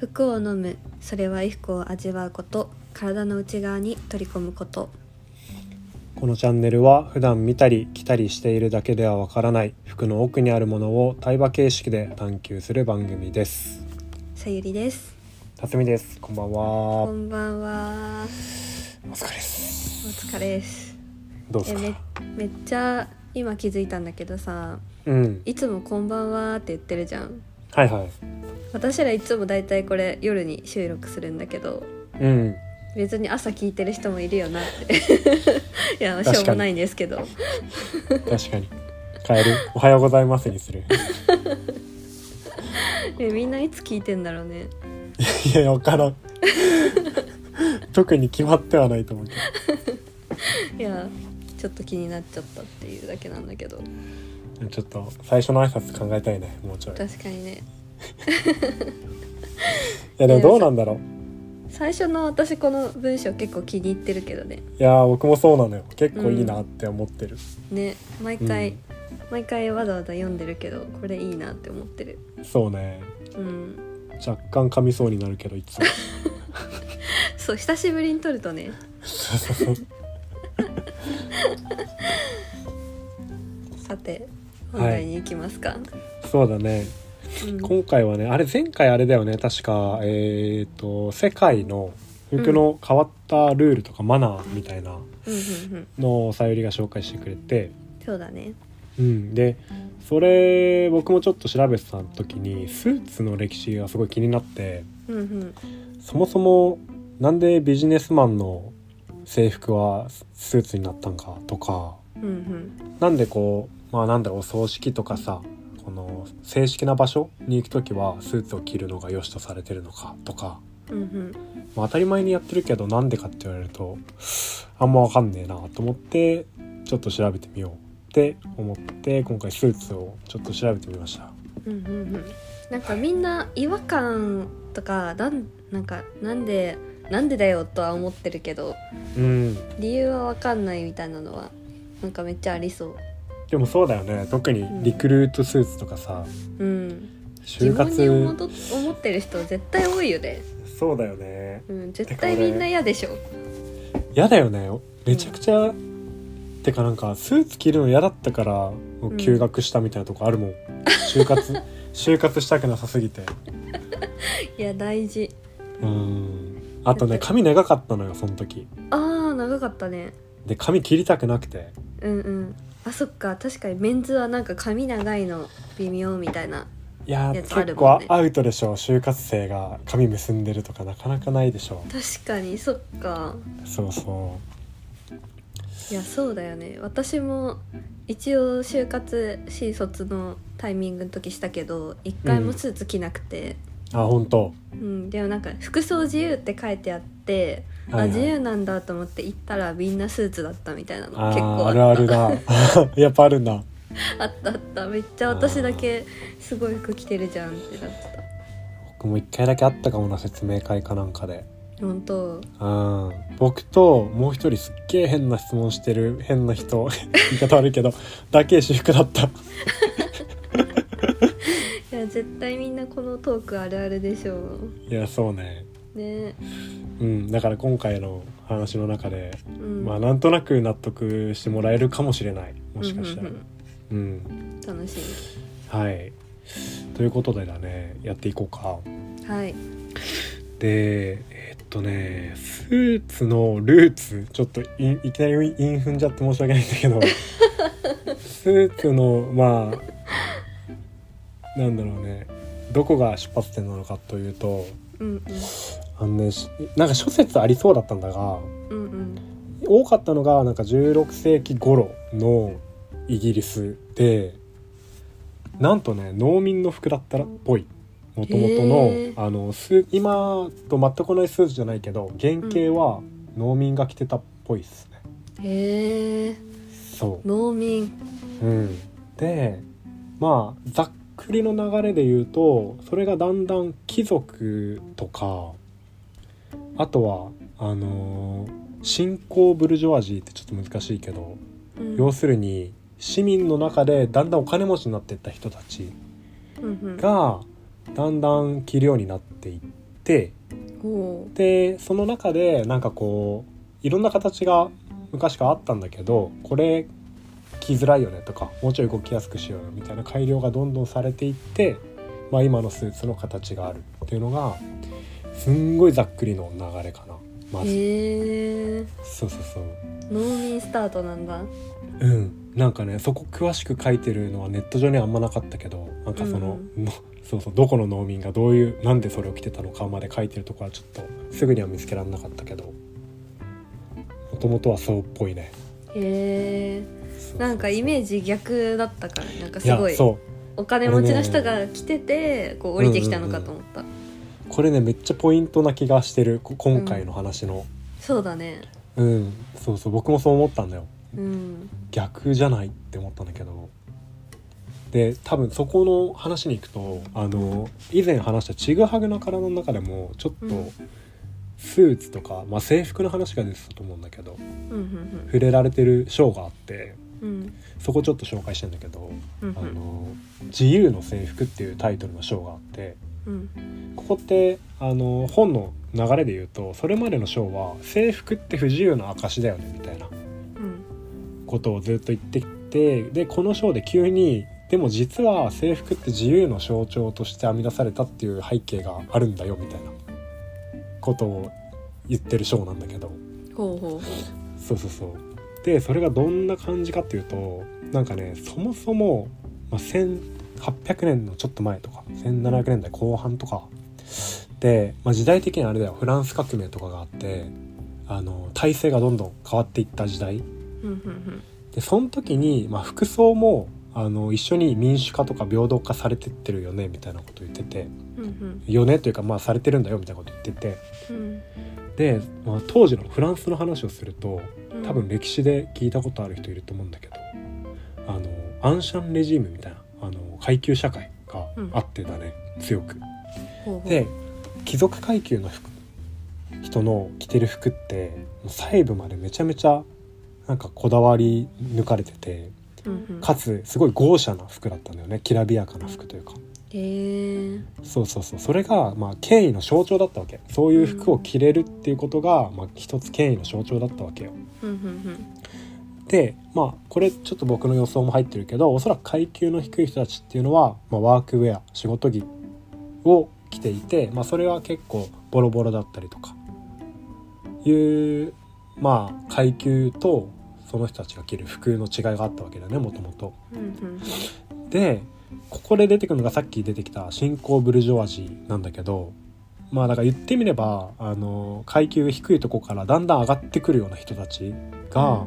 服を飲むそれは衣服を味わうこと体の内側に取り込むことこのチャンネルは普段見たり着たりしているだけではわからない服の奥にあるものを対話形式で探求する番組ですさゆりです辰巳ですこんばんはこおんばんは疲れですお疲れですどうですえかめめっちゃ今気づいたんだけどさうんいつも「こんばんは」って言ってるじゃんはいはい私らいつもだいたいこれ夜に収録するんだけどうん別に朝聞いてる人もいるよなって いや確かにしょうもないんですけど確かにカエルおはようございますにする えみんないつ聞いてんだろうねいやわからん特に決まってはないと思うけいどやちょっと気になっちゃったっていうだけなんだけどちょっと最初の挨拶考えたいねもうちょいい確かにねやでもどうなんだろう最初の私この文章結構気に入ってるけどねいやー僕もそうなのよ結構いいなって思ってる、ね毎回、うん毎回わざわざ読んでるけどこれいいなって思ってるそうねうん若干噛みそうになるけどいつもそう久しぶりに撮るとねそうそうそうさて本題に行きますか、 そうだねうん今回はねあれ前回あれだよね確かえっ、と世界の服の変わったルールとかマナーみたいうなんうんうんのをさゆりが紹介してくれて、そうだねうん、でそれ僕もちょっと調べてた時にスーツの歴史がすごい気になってうんうんそもそもなんでビジネスマンの制服はスーツになったんかとかうんうんなんでこうまあなんだろうお葬式とかさこの正式な場所に行く時はスーツを着るのが良しとされてるのかとか、うんうんまあ、当たり前にやってるけどなんでかって言われるとあんまわかんねえなと思ってちょっと調べてみようって思って今回スーツをちょっと調べてみました。うんうんうんなんかみんな違和感とかなんなんかなんでなんでだよとは思ってるけどうん理由は分かんないみたいなのはなんかめっちゃありそうでもそうだよね特にリクルートスーツとかさうん疑就問活に思と思ってる人絶対多いよね、そうだよねうん、絶対みんな嫌でしょ嫌だよねめちゃくちゃ、てかなんかスーツ着るの嫌だったからもう休学したみたいなとこあるもん、就 活就活したくなさすぎていや大事うんあとね髪長かったのよその時あー長かったねで髪切りたくなくてうんうんあそっか確かにメンズはなんか髪長いの微妙みたいないやーやつあ結るもん構ねアウトでしょ就活生が髪結んでるとかなかなかないでしょ確かにそっかそうそいやそうだよね私も一応就活新卒のタイミングの時したけど一回もスーツ着なくて、うあ本当うんでもなんか「服装自由」って書いてあって、はいあはい自由なんだと思って行ったらみんなスーツだったみたいなのあ結ー構ああっるたあるだ やっぱあるんだあったあっためっちゃ私だけすごい服着てるじゃんってなって僕も一回だけあったかもな説明会かなんかでた本当うん僕ともう一人すっげえ変な質問してる変な人 言い方悪いけどだけ私服だったい や絶対みんなこのトークあるあるでしょういやそうねねうんだから今回の話の中で、うん、まあなんとなく納得してもらえるかもしれないもしかしたらうんうんうん、うん楽しはいということでだねやっていこうかいはいでえっとねスーツのルーツちょっといいきなりイン踏んじゃって申し訳ないんだけどスーツのまあなんだろうねどこが出発点なのかというとうんあのねしなんか諸説ありそうだったんだうがんうんうん多かったのがなんか16世紀頃のイギリスでなんとね農民の服だったらっぽいもともとへーのあのス今と全く同じスーツじゃないけど原型は農民が着てたっぽいっすね。へえそ農民う、うん、でまあざっくりの流れで言うとそれがだんだん貴族とかあとはあのー新興ブルジョワジーってちょっと難しいけどうん要するに市民の中でだんだんお金持ちになっていった人たちうんうんがだんだん着るようになっていっっておおでその中でなんかこういろんな形が昔からあったんだけどこれ着づらいよねとかもうちょい動きやすくしようよみたいな改良がどんどんされていって、まあ、今のスーツの形があるっていうのがすんごいざっくりの流れかなまず、へえそうそうそう農民スタートなんだうんなんかねそこ詳しく書いてるのはネット上にはあんまなかったけどなんかその,のそうそうどこの農民がどういうなんでそれを着てたのかまで書いてるとこはちょっとすぐには見つけられなかったけどもともとはそうっぽいねへえなんかイメージジ逆だったからなんかすごいそうお金持ちの人が来ててこう降りてきたのかと思った、これねめっちゃポイントな気がしてるこ今回の話のそうだねうん、そうそう僕もそう思ったんだようん逆じゃないって思ったんだけどで多分そこの話に行くとあの以前話したちぐはぐな体の中でもちょっうとんスーツとか、まあ、制服の話が出てたと思うんだけどうんうん触れられてる章があってうんそこちょっと紹介してんだけどうんう「あんの自由の制服」っていうタイトルの章があってうんここってあの本の流れで言うとそれまでの章は制服って不自由の証だよねみたいなうんことをずっと言ってきてでこの章で急にでも実は制服って自由の象徴として編み出されたっていう背景があるんだよみたいなことを言ってる章なんだけどほうほうほそうそうそうでそれがどんな感じかっていうとなんかねそもそも、まあ、1800年のちょっと前とか1700年代後半とかで、まあ、時代的にあれだよフランス革命とかがあってあの体制がどんどん変わっていった時代ううんうんでその時に、まあ、服装もあの一緒に民主化とか平等化されてってるよねみたいなこと言っててうんうんよねというかまあされてるんだよみたいなこと言っててうんで、まあ、当時のフランスの話をするとうん多分歴史で聞いたことある人いると思うんだけどあのアンシャンレジームみたいなあの階級社会があってだね、強く。ほうほうで貴族階級の服人の着てる服ってもう細部までめちゃめちゃなんかこだわり抜かれてて。うんうんかつすごい豪華な服だったんだよねきらびやかな服というかへえそうそうそうそれがまあ権威の象徴だったわけそういう服を着れるっていうことがまあ一つ権威の象徴だったわけようんうんでまあこれちょっと僕の予想も入ってるけどおそらく階級の低い人たちっていうのは、まあ、ワークウェア仕事着を着ていて、まあ、それは結構ボロボロだったりとかいうまあ階級とその人たちが着る服の違いがあったわけだよねもともと。うんうんうんでここで出てくるのがさっき出てきた新興ブルジョワジーなんだけどまあだから言ってみればあの階級が低いとこからだんだん上がってくるような人たちうが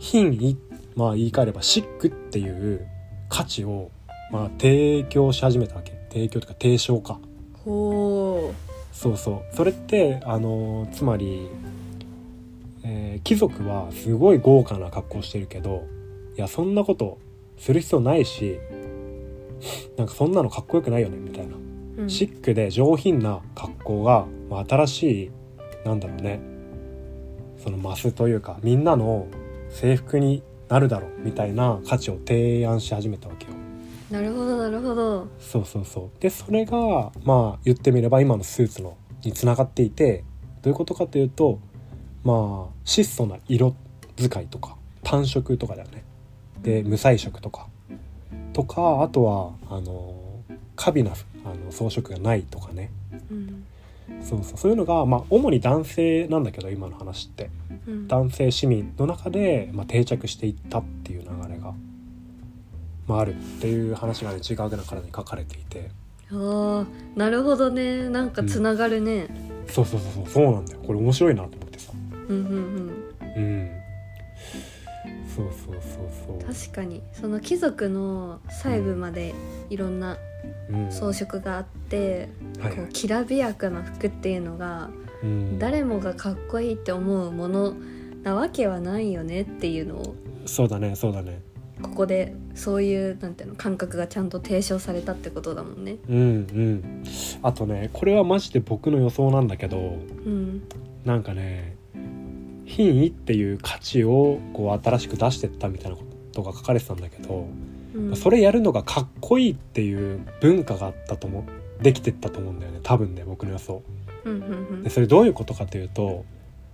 品位まあ言い換えればシックっていう価値をまあ提供し始めたわけ提供とか提唱かほそうそうそれってあのつまり、えー貴族はすごい豪華な格好してるけどいやそんなことする必要ないしなんかそんなのかっこよくないよねみたいな、ううんシックで上品な格好が、まあ、新しいなんだろうねそのマスというかみんなの制服になるだろうみたいな価値を提案し始めたわけよ。なるほどなるほどそうそうそうでそれがまあ言ってみれば今のスーツのにつながっていてどういうことかというとまあ質素な色使いとか単色とかだよねで無彩色とかとかあとはあの華美なあの装飾がないとかねうんそうそうそういうのがまあ主に男性なんだけど今の話ってうん男性市民の中で、まあ、定着していったっていう流れが、まあ、あるっていう話がね違うなからに書かれていて。ああなるほどねなんかつながるね、そうそうそうそうそうなんだよこれ面白いなと思ってさうん、うんうんそうそうそううんそう確かにその貴族の細部までいろんなうん装飾があって、はいこはういきらびやかな服っていうのがうん誰もがかっこいいって思うものなわけはないよねっていうのをそうだねそうだねここでそういうなんていうの感覚がちゃんと提唱されたってことだもんね。うんうんあとねこれはマジで僕の予想なんだけどうん、なんかね品位っていう価値をこう新しく出してったみたいなことが書かれてたんだけど、うん、それやるのがかっこいいっていう文化があったと思できてったと思うんだよね多分ね僕の予想うんうんうんでそれどういうことかというと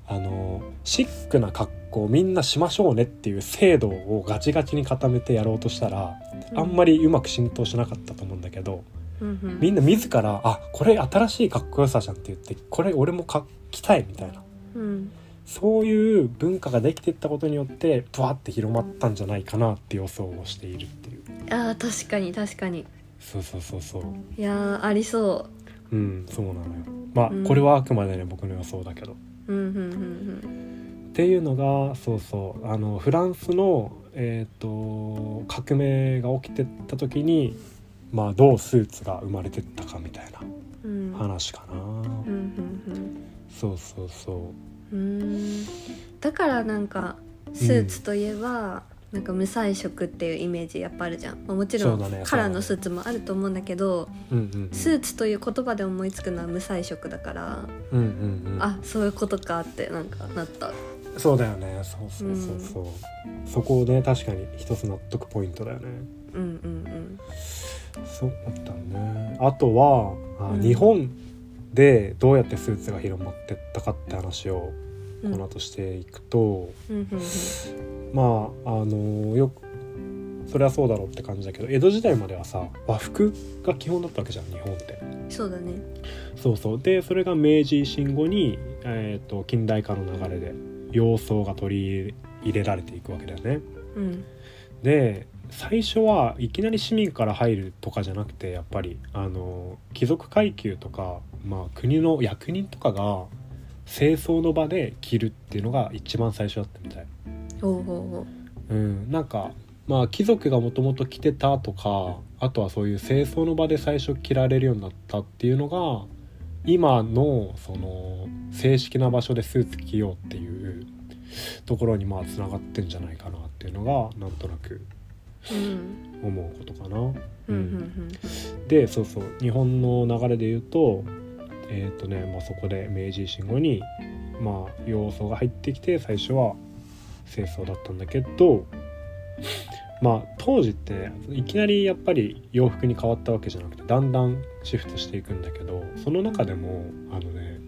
あのシックな格好をみんなしましょうねっていう制度をガチガチに固めてやろうとしたらあんまりうまく浸透しなかったと思うんだけどうんうんみんな自ら「あこれ新しいかっこよさじゃん」って言って「これ俺もか着たい」みたいなうんそういう文化ができていったことによってブワって広まったんじゃないかなって予想をしているっていうあー確かに確かにそうそうそうそういやーありそうんそうなのよまあ、うんこれはあくまでね僕の予想だけどううんうんうんっていうのがそうそうあのフランスの、えー、と革命が起きてった時に、まあ、どうスーツが生まれてったかみたいなうんうん話かな、うんうんそうそうそううんうーんだからなんかスーツといえば、なんか無彩色っていうイメージやっぱあるじゃんまあもちろん、そうだねカラーのスーツもあると思うんだけどうんうんうんスーツという言葉で思いつくのは無彩色だから、うんうんうんあそういうことかってなんかなったそうだよねそうそうそうそう、そこをね確かに一つ納得ポイントだよねうんうんそうだねあとはあ、うん日本でどうやってスーツが広まってったかって話をうこんうんの後していくと、うんうんまああのよくそれはそうだろうって感じだけど江戸時代まではさ和服が基本だったわけじゃん日本って。うんそうだねそうそうでそれが明治維新後に、えー、と近代化の流れで洋装が取り入れられていくわけだよね。うんで最初はいきなり市民から入るとかじゃなくてやっぱりあの貴族階級とか、まあ、国の役人とかが清掃の場で着るっていうのが一番最初だったみたい。ほうほうん、なんかまあ貴族がもともと着てたとかあとはそういう清掃の場で最初着られるようになったっていうのが今のその正式な場所でスーツ着ようっていうところにまあつながってんじゃないかなっていうのがなんとなくうほううん思うことかな。うんうんでそうそう日本の流れで言うとえーっ、とね、まあ、そこで明治維新後にまあ要素が入ってきて最初は清掃だったんだけどまあ当時っていきなりやっぱり洋服に変わったわけじゃなくてだんだんシフトしていくんだけどその中でもあのね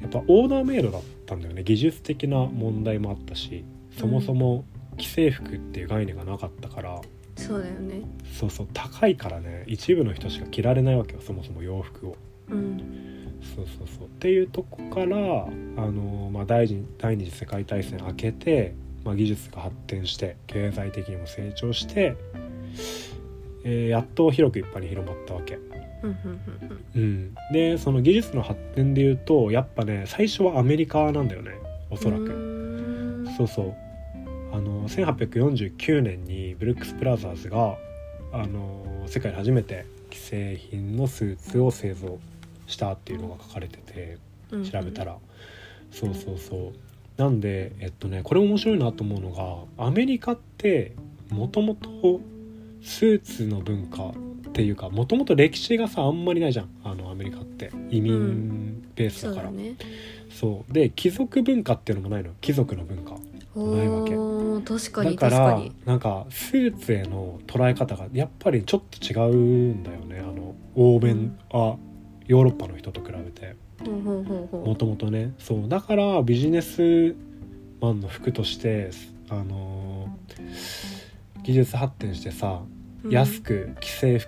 やっぱオーダーメイドだったんだよね技術的な問題もあったしそもそも既製服っていう概念がなかったから、そうだよねそうそう高いからね一部の人しか着られないわけよそもそも洋服をうんそうそうそうっていうとこからあの、まあ、第二第二次世界大戦明けて、まあ、技術が発展して経済的にも成長して、えーやっと広く一般に広まったわけ、うんうんうん、でその技術の発展でいうとやっぱね最初はアメリカなんだよねおそらうく、んそうそうあの1849年にブルックス・ブラザーズがあの世界で初めて既製品のスーツを製造したっていうのが書かれててうん調べたら、そうそうそうなんでえっとねこれ面白いなと思うのがアメリカってもともとスーツの文化っていうかもともと歴史がさあんまりないじゃんあのアメリカって移う民ベースそだうから、だねそうで貴族文化っていうのもないの貴族の文化ないわけおー確かだにか確らかになんかスーツへの捉え方がやっぱりちょっと違うんだよねあの欧米あヨーロッパの人と比べてほうほうほうもほともとねそうだからビジネスマンの服としてあのー技術発展してさううん安く既製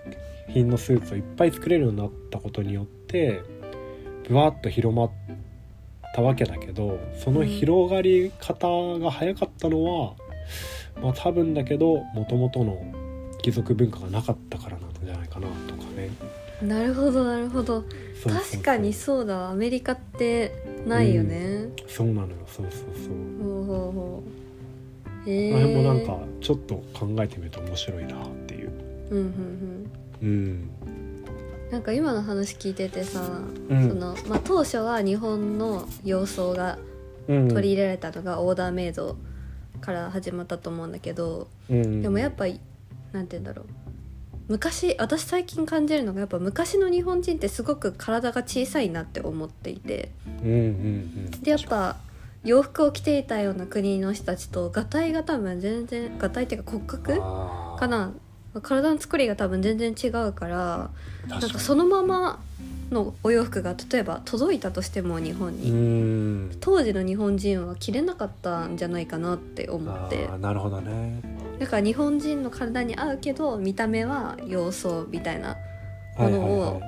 品のスーツをいっぱい作れるようになったことによってぶわっと広まったわけだけどその広がり方が早かったのは、まあ多分だけどもともとの貴族文化がなかったからなんじゃないかなとかね。なるほどなるほどそうそうそう確かにそうだわアメリカってないよねそうなのよそうそうそう。ほうほうほうへえあれもなんかちょっと考えてみると面白いなっていう。うんうんうんうん。なんか今の話聞いててさ、うんそのまあ、当初は日本の様相がうん、取り入れられたのがオーダーメイドから始まったと思うんだけど、うん、でもやっぱりなんて言うんだろう昔私最近感じるのがやっぱ昔の日本人ってすごく体が小さいなって思っていてうんうんうん。でやっぱ洋服を着ていたような国の人たちとがたいが多分全然がたいっていうか骨格あーかな体の作りが多分全然違うからなん確かかにそのままのお洋服が例えば届いたとしても日本うーに、ん当時の日本人は着れなかったんじゃないかなって思あってーなるほどねだから日本人の体に合うけど見た目は洋装みたいな、はもいはいのはを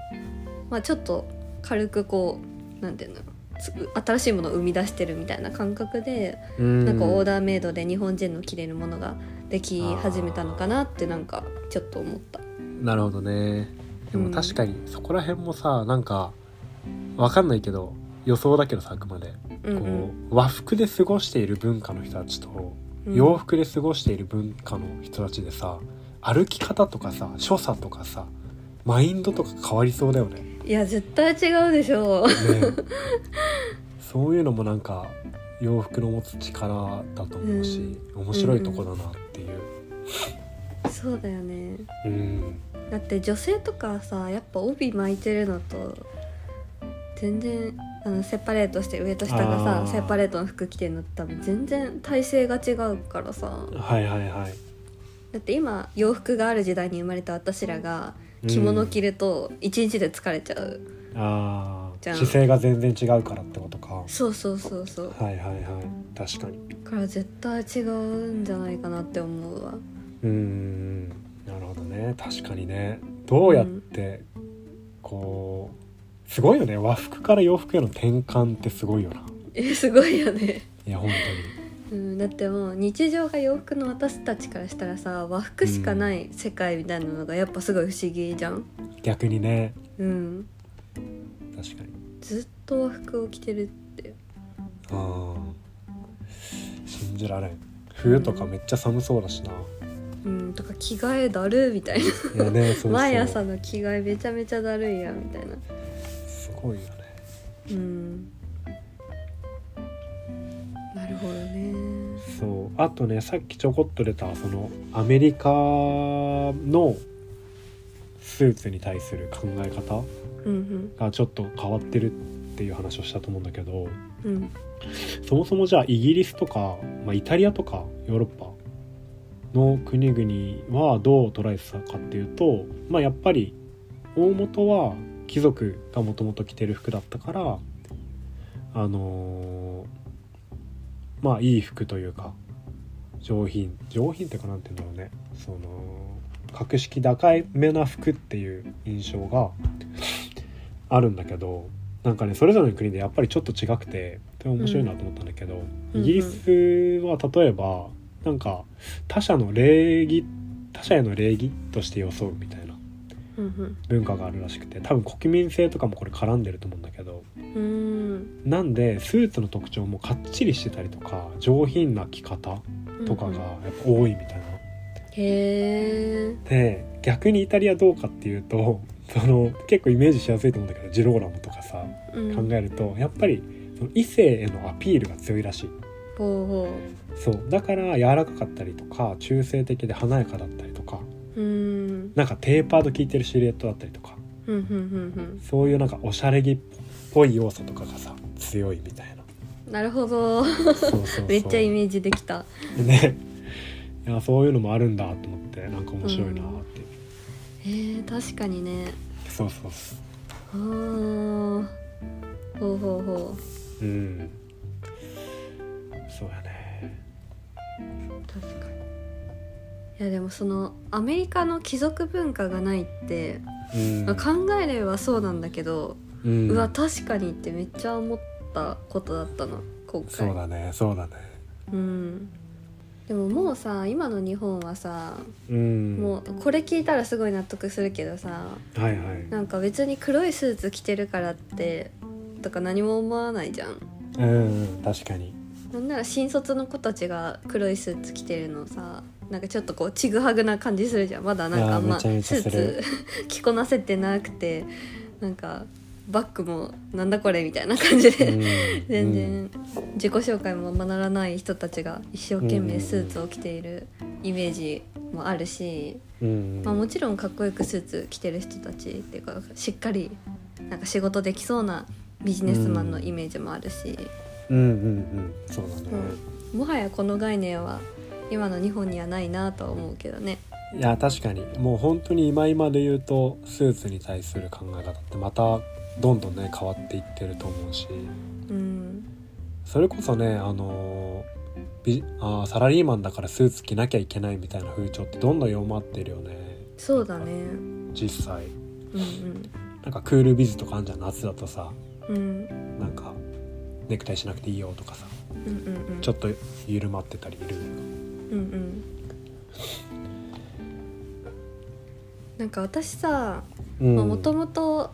まあ、ちょっと軽くこうなんていうのつ新しいものを生み出してるみたいな感覚でいななんかオーダーメイドで日本人の着れるものができ始めたのかなってなんかちょっと思った。なるほどねうでもん確かにそこら辺もさなんかわかんないけど予想だけどさあくまでうんこううん和服で過ごしている文化の人たちとうん洋服で過ごしている文化の人たちでさ歩き方とかさ所作とかさマインドとか変わりそうだよね。 ねいや絶対違うでしょう。 そういうのもなんか洋服の持つ力だと思うし、面白いとこだなっていう。そうだよねうん、だって女性とかさやっぱ帯巻いてるのと全然あのセパレートして上と下がさあーセパレートの服着てるのって多分全然体勢が違うからさはいはいはい。だって今洋服がある時代に生まれた私らが着物着る、ると一日で疲れちゃう、あじゃあん姿勢が全然違うからってことか。そうそうそうそうはいはいはい確かに。だから絶対違うんじゃないかなって思うわうーんなるほどね確かにねどうやって、こうすごいよね和服から洋服への転換ってすごいよなえすごいよねいや本うん、だってもう日常が洋服の私たちからしたらさ和服しかない世界みたいなのがやっぱすごい不思議じゃん、当に逆にねうん、確かにずっと和服を着てるってあー信じられん冬とかめっちゃ寒そうだしな、うんとか着替えだるみたいないやねそうそう毎朝の着替えめちゃめちゃだるいやみたいなすごいよねうんなるほどねそうあとねさっきちょこっと出たそのアメリカのスーツに対する考え方うんがちょっと変わってるっていう話をしたと思うんだけどうんうんそもそもじゃあイギリスとか、まあ、イタリアとかヨーロッパの国々はどう捉えてたかっていうと、まあ、やっぱり大元は貴族がもともと着てる服だったからあのーまあいい服というか上品上品っていうかなんて言うんだろうねその格式高いめな服っていう印象があるんだけどなんかねそれぞれの国でやっぱりちょっと違くてで面白いなと思ったんだけど、うんイギリスは例えばなんか他者の礼儀他者への礼儀として装うみたいなうん文化があるらしくて多分国民性とかもこれ絡んでると思うんだけどうんうんなんでスーツの特徴もかっちりしてたりとか上品な着方とかがやっぱ多いみたいな。へえで逆にイタリアどうかっていうとその結構イメージしやすいと思うんだけどジローラモとかさうん考えるとやっぱりその異性へのアピールが強いらしい。ほうほそうだから柔らかかったりとか中性的で華やかだったりとかううんなんかテーパード効いてるシルエットだったりとかうんうんうんそういうなんかおしゃれ着っぽい要素とかがさ強いみたいなうんなるほどそうそうそうめっちゃイメージできたねいやそういうのもあるんだと思ってなんか面白いなって、えー、確かにねそうそうそあーほうほうほうううんそうやね確かにいやでもそのアメリカの貴族文化がないって、うんまあ考えればそうなんだけど、うんうわ確かにってめっちゃ思ったことだったの今回そうだねそうだねうんでももうさ今の日本はさ、うんもうこれ聞いたらすごい納得するけどさはいはいなんか別に黒いスーツ着てるからってとか何も思わないじゃんうん確かになんなら新卒の子たちが黒いスーツ着てるのさなんかちょっとこうちぐはぐな感じするじゃんまだなんかあんあまスーめちゃめちーゃするツ着こなせてなくてなんかバッグもなんだこれみたいな感じうで、ん 全うん然自己紹介もままならない人たちが一生懸命スーツを着ているイメージもあるし、うんまあ、もちろんかっこよくスーツ着てる人たちっていうかしっかりなんか仕事できそうなビジネスマンのイメージもあるし。うんうんうんそうだね、もはやこの概念は今の日本にはないなとは思うけどねいや確かにもう本当に今今で言うとスーツに対する考え方ってまたどんどんね変わっていってると思うしうんそれこそねあのビあーサラリーマンだからスーツ着なきゃいけないみたいな風潮ってどんどん弱まってるよねそうだねうん実際うんなんかクールビズとかあんじゃん夏だとさうんなんかネクタイしなくていいよとかさうんうんうんちょっと緩まってたりいるうんうんなんか私さうんもともと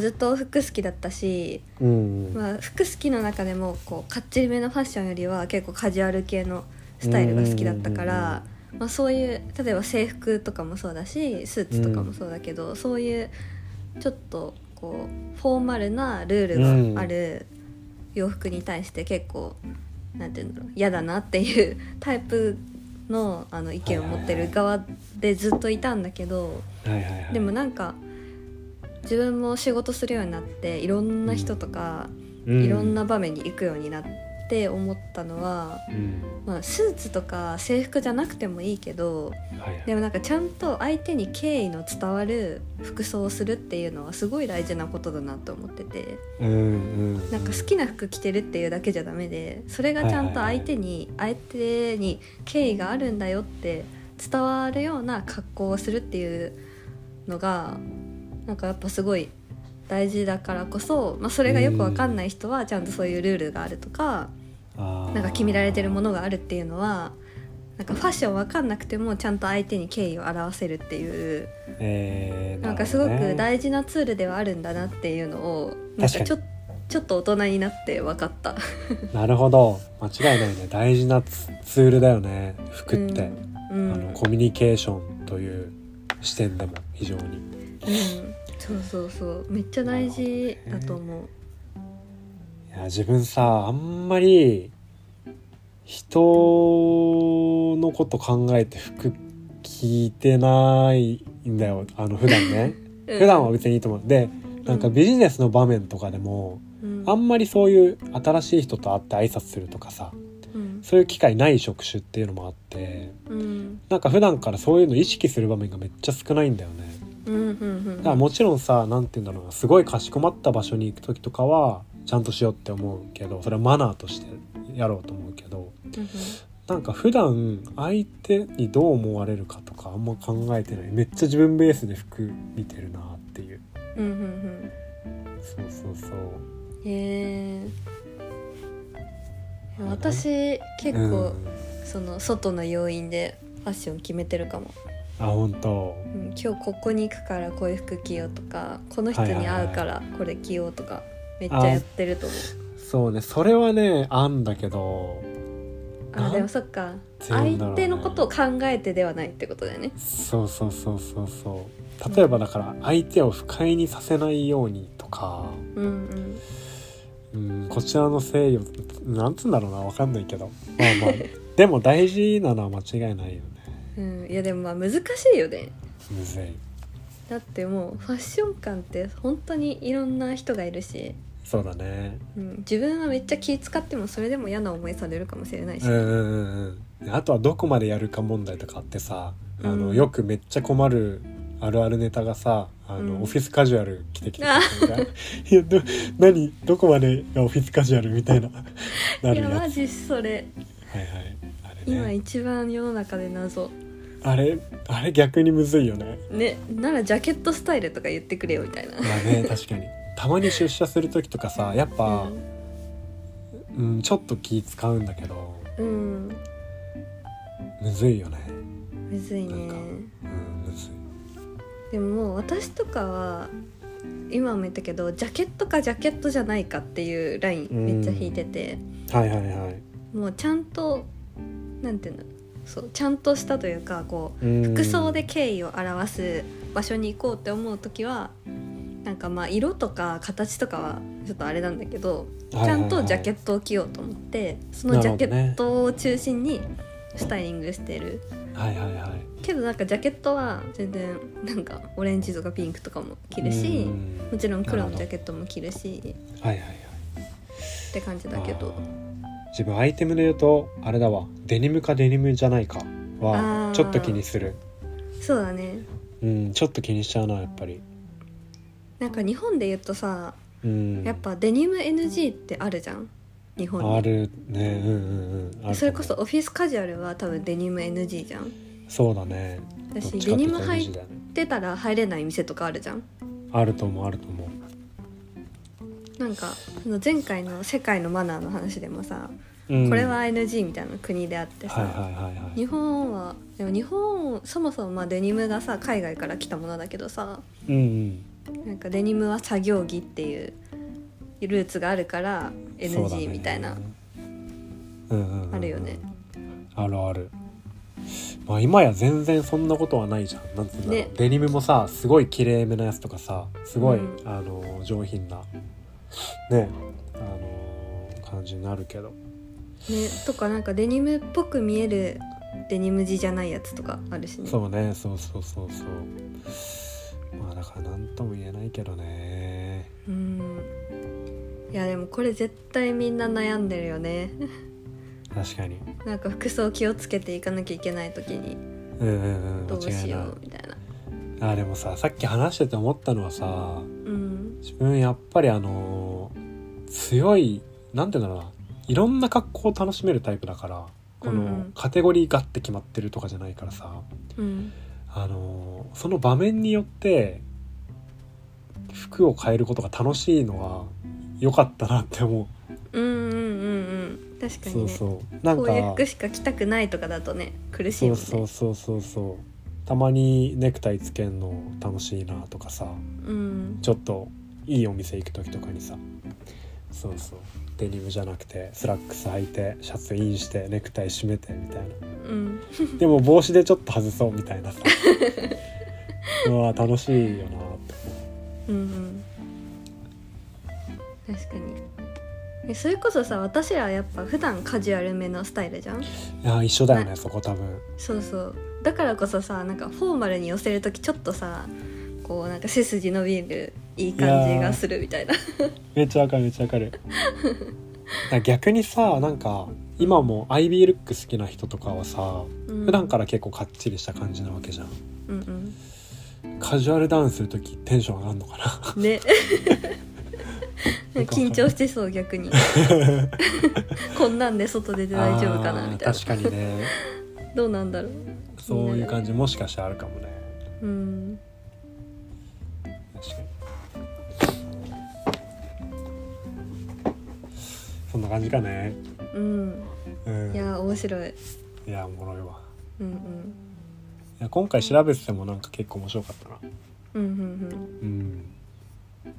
ずっと服好きだったし、うんうんまあ、服好きの中でもこうかっちりめのファッションよりは結構カジュアル系のスタイルが好きだったから、まあ、そういう例えば制服とかもそうだしスーツとかもそうだけど、そういうちょっとこうフォーマルなルールがある洋服に対して結構なんていうんだろう嫌だなっていうタイプのあの意見を持ってる側でずっといたんだけど。はいはいはいでもなんか自分も仕事するようになっていろんな人とか、いろんな、場面に行くようになって思ったのは、うんまあ、スーツとか制服じゃなくてもいいけどうんはいはいでもなんかちゃんと相手に敬意の伝わる服装をするっていうのはすごい大事なことだなと思っててうんうんなんか好きな服着てるっていうだけじゃダメでそれがちゃんと相手に、相手に敬意があるんだよって伝わるような格好をするっていうのがなんかやっぱすごい大事だからこそ、まあ、それがよくわかんない人はちゃんとそういうルールがあるとか、あーなんか決められてるものがあるっていうのはなんかファッションわかんなくてもちゃんと相手に敬意を表せるっていうえーなんかすごくなる大事なツールではあるんだなっていうのをなん確かかにちょちょっと大人になって分かった。ほどねなるほど間違いないね大事なツツールだよね服って、うん、あうのんコミュニケーションという視点でも非常にうんそうそうそうめっちゃ大事だと思う、いや自分さあんまり人のこと考えて服着てないんだよあの普段ね うん普段は別にいいと思うでなんかうんビジネスの場面とかでもうんあんまりそういう新しい人と会って挨拶するとかさうんそういう機会ない職種っていうのもあってうんなんか普段からそういうの意識する場面がめっちゃ少ないんだよねうんうんうんだからもちろんさ何て言うんだろうなすごいかしこまった場所に行く時とかはちゃんとしようって思うけどそれはマナーとしてやろうと思うけどうんなんか普段相手にどう思われるかとかあんま考えてないめっちゃ自分ベースで服見てるなっていううんうんうんそうそうそううんへえ私結構、うん、その外の要因でファッション決めてるかも、あ本当うん、今日ここに行くからこういう服着ようとかこの人に会うからこれ着ようとかめっちゃやってると思うそうねそれはねあんだけどあなんでもそっか全然だろ相うね手のことを考えてではないってことだよねそうそうそうそうそう例えばだから相手を不快にさせないようにとか、うんうんうん、こちらの誠意をなんつうんだろうなわかんないけどまあまあでも大事なのは間違いないよねうん、いやでもまあ難しいよねむずいだってもうファッション感って本当にいろんな人がいるし、そうだねうん、自分はめっちゃ気使ってもそれでも嫌な思いされるかもしれないし、うんうんうんうんあとはどこまでやるか問題とかあってさあの、うんよくめっちゃ困るあるあるネタがさあの、うんオフィスカジュアル着てきてみたいな いやど何どこまでがオフィスカジュアルみ たいなないるややつマジそれはいはいあれ今ね一番世の中で謎あれあれ逆にむずいよねねならジャケットスタイルとか言ってくれよみたいなまあ ね確かにたまに出社する時とかさやっぱ、うん、ちょっと気使うんだけどうん、むずいよねうん、むずいねなんうんむずいでももう私とかは今も言ったけどジャケットかジャケットじゃないかっていうラインめっちゃ引いてて、はいはいはいもうちゃんとなんていうのそうちゃんとしたというかこう服服装で敬意を表す場所に行こうって思う時はなんかまあ色とか形とかはちょっとあれなんだけどちゃんとジャケットを着ようと思ってそのジャケットを中心にスタイリングしてるトはいはいはいけどなんかジャケットは全然なんかオレンジとかピンクとかも着るうしんもちろん黒のジャケットも着るしはいはいはいって感じだけどあー自分アイテムで言うとあれだわデニムかデニムじゃないかはあーちょっと気にするそうだねうんちょっと気にしちゃうなやっぱりなんか日本で言うとさうんやっぱデニム NG ってあるじゃん日本にあるねうんうんうんあるそれこそオフィスカジュアルは多分デニム NG じゃんそうだねどっ私ちデかってニいうとム履 NG いだよねてたら入れない店とかあるじゃんあると思うあると思うなんかその前回の世界のマナーの話でもさ、うんこれは NG みたいな国であってさ、はいはいはいはい日本はでも日本そもそもまあデニムがさ海外から来たものだけどさうんうんなんかデニムは作業着っていうルーツがあるからそうだね NG みたいな、うんうんうんうんあるよねあるあるまあ今や全然そんなことはないじゃんなんつうんだろう、ねデニムもさすごい綺麗めなやつとかさすごい、うんあの上品なねあの感じになるけどね、とかなんかデニムっぽく見えるデニム地じゃないやつとかあるしねそうねそうそうそうそうまあだから何とも言えないけどねうんいやでもこれ絶対みんな悩んでるよね 確かになんか服装気をつけていかなきゃいけない時にうんうんうどんう間違しいないようみたいなあーでもささっき話してて思ったのはさうん自分やっぱりあのー強いなんていうんだろうないろんな格好を楽しめるタイプだからこうんうのんカテゴリーがって決まってるとかじゃないからさ、うんあのーその場面によって服を変えることが楽しいのは良かったなって思うんうんうんうん確う、かそにうねそうなんこかういう服しか着たくないとかだとね苦しいそもうねんそうそうそうそうたまにネクタイつけんの楽しいなとかさうんちょっといいお店行く時とかにさそうそうデニムじゃなくてスラックス履いてシャツインしてネクタイ締めてみたいなうんでも帽子でちょっと外そうみたいなさ うわ楽しいよなってうんうん確かにえそれこそさ私らやっぱ普段カジュアルめのスタイルじゃんいや一緒だよねそこ多分そうそうだからこそさなんかフォーマルに寄せる時ちょっとさこうなんか背筋伸びるいい感じがするみたいなめっちゃわかるめっちゃわかるだから逆にさなんか今も IB ルック好きな人とかはさうん普段から結構かっちりした感じなわけじゃんうんカジュアルダウンする時テンション上がるのかなうんね なんか緊張してそう逆 にこんなんで外出て 大丈夫かなみたいあー確かに ねなどうなんだろうそういう感じもしかしてあるかもねうん確かにそんな感じかねうんうんいいややー面白いおもろいわうんうんいや今回調べててもなんか結構面白かったなうんうんうんうん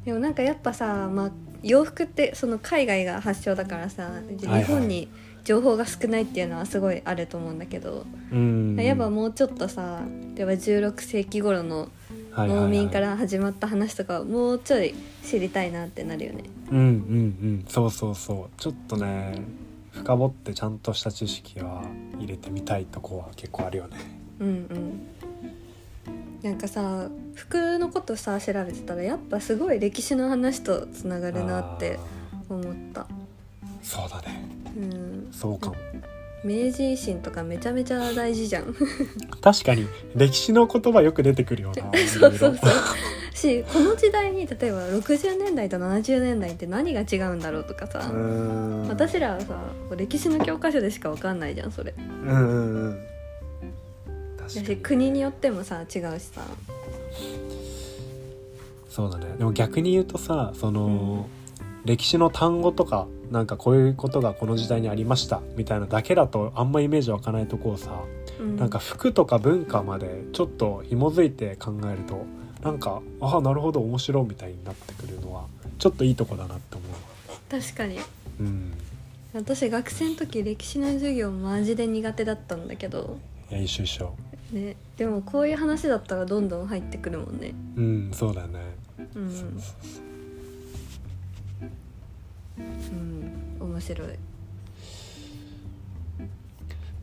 でもなんかやっぱさ、まあ、洋服ってその海外が発祥だからさ日はい本に情報が少ないっていうのはすごいあると思うんだけど、うんやっぱもうちょっとさ例えば16世紀頃のはいはいはい農民から始まった話とかもうちょい知りたいなってなるよね。うんうんうんそうそうそうちょっとね深掘ってちゃんとした知識は入れてみたいとこは結構あるよねうんうんなんかさ服のことさ調べてたらやっぱすごい歴史の話とつながるなってあ思った、ーそうだねうん、そうかも明治維新とかめちゃめちゃ大事じゃん確かに歴史の言葉よく出てくるよな そうそういそうしこの時代に例えば60年代と70年代って何が違うんだろうとかさろいろうん私らはさこう歴史の教科書でしか分かんないじゃんそれうんうんうんだ確かしに国によってもさ違うしさそうだねでも逆に言うとさその、歴史の単語とかなんかこういうことがこの時代にありましたみたいなだけだとあんまイメージ湧かないとこをさうんなんか服とか文化までちょっと紐づいて考えるとなんかああなるほど面白いみたいになってくるのはちょっといいとこだなって思確かにううん私学生の時歴史の授業マジで苦手だったんだけど、いや一緒一緒ね、でもこういう話だったらどんどん入ってくるもんねうんそうだよね、う、そうんそうそううん、面白い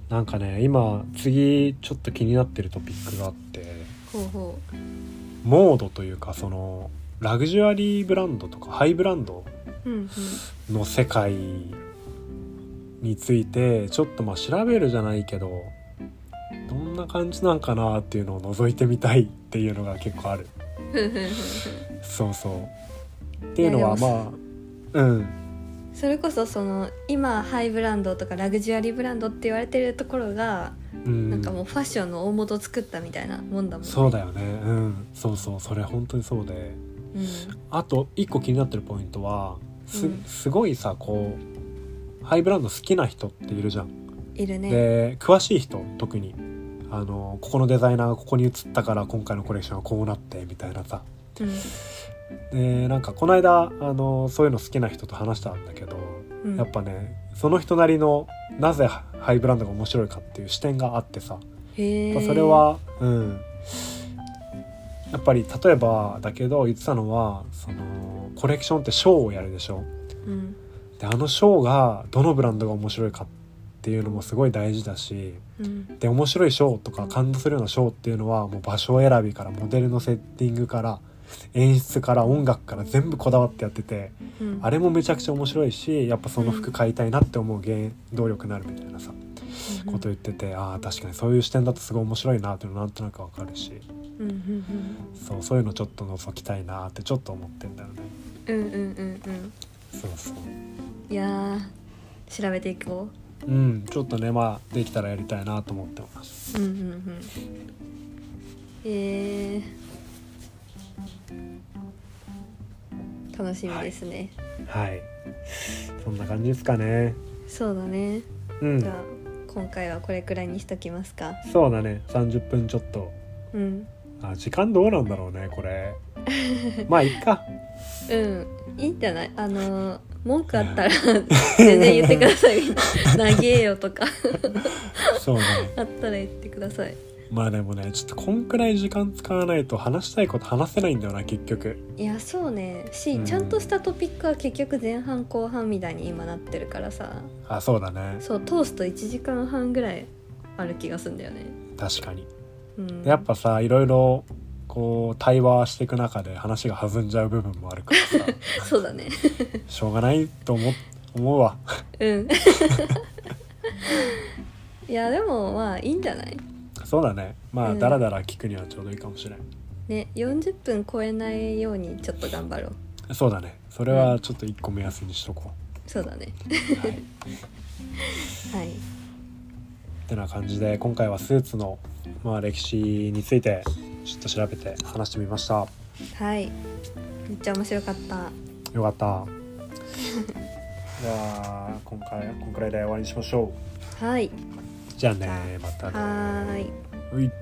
なんかね今次ちょっと気になってるトピックがあってほうほモードというかそのラグジュアリーブランドとかハイブランドう うんの世界についてちょっとまあ調べるじゃないけどどんんな感じなんかなっていうのを覗いてみたいっていうのが結構あるふんふんふんふんそうそうっていうのはいやでもまあうんそれこそその今ハイブランドとかラグジュアリーブランドって言われてるところが、うんなんかもうファッションの大元作ったみたいなもんだもんねそうだよねうんそうそうそれ本当にそうでうんあと一個気になってるポイントはす,、うんすごいさこうハイブランド好きな人っているじゃん、いるねで詳しい人特にあのここのデザイナーがここに移ったから今回のコレクションはこうなってみたいなさうでなんかこの間あのそういうの好きな人と話したんだけど、んうん、やっぱねその人なりのなぜハイブランドが面白いかっていう視点があってさ、へやっーぱそれは、うん、やっぱり例えばだけど言ってたのはそのコレクションってショーをやるでしょうんであのショーがどのブランドが面白いかっていうのもすごい大事だしうんで面白いショーとか感動するようなショーっていうのはもう場所選びからモデルのセッティングから演出から音楽から全部こだわってやっててうん、あれもめちゃくちゃ面白いしやっぱその服買いたいなって思う原動力になるみたいなさうんこと言っててああ確かにそういう視点だとすごい面白いなっていうのなんとなくわかるし。うんうんそうそういうのちょっと覗きたいなってちょっと思ってんだよねうんうんうんうんうんそうそういやー調べていこうんちょっとねまあできたらやりたいなと思ってますううんうんうんえー、楽しみですね、はいそんな感じですかねそうだねうんじゃあ今回はこれくらいにしときますかそうだね30分ちょっとうんあ時間どうなんだろうね これまあいいかうんいいんじゃないあのー文句あ ったら全然言ってくださいみんな「投げよ」とか そうねあったら言ってくださいまあでもねちょっとこんくらい時間使わないと話したいこと話せないんだよな結局いやそうねし、うんちゃんとしたトピックは結局前半後半みたいに今なってるからさあそうだねそう通すと1時間半ぐらいある気がすんだよね、確かにうん、やっぱさいろいろこう対話していく中で話が弾んじゃう部分もあるからさ そうだねしょうがないと思思うわうん いやでもまあいいんじゃないそうだねまあ、うんだらだら聞くにはちょうどいいかもしれんね40分超えないようにちょっと頑張ろうそうだねそれはちょっと一個目安にしとこ そうだねう、はい、っはいてな感じで今回はスーツの、まあ、歴史についてちょっと調べて話してみましたはいめっちゃ面白かったよかった じゃあ今回こんくらいで終わりにしましょはいうじゃあねまたねはーいはい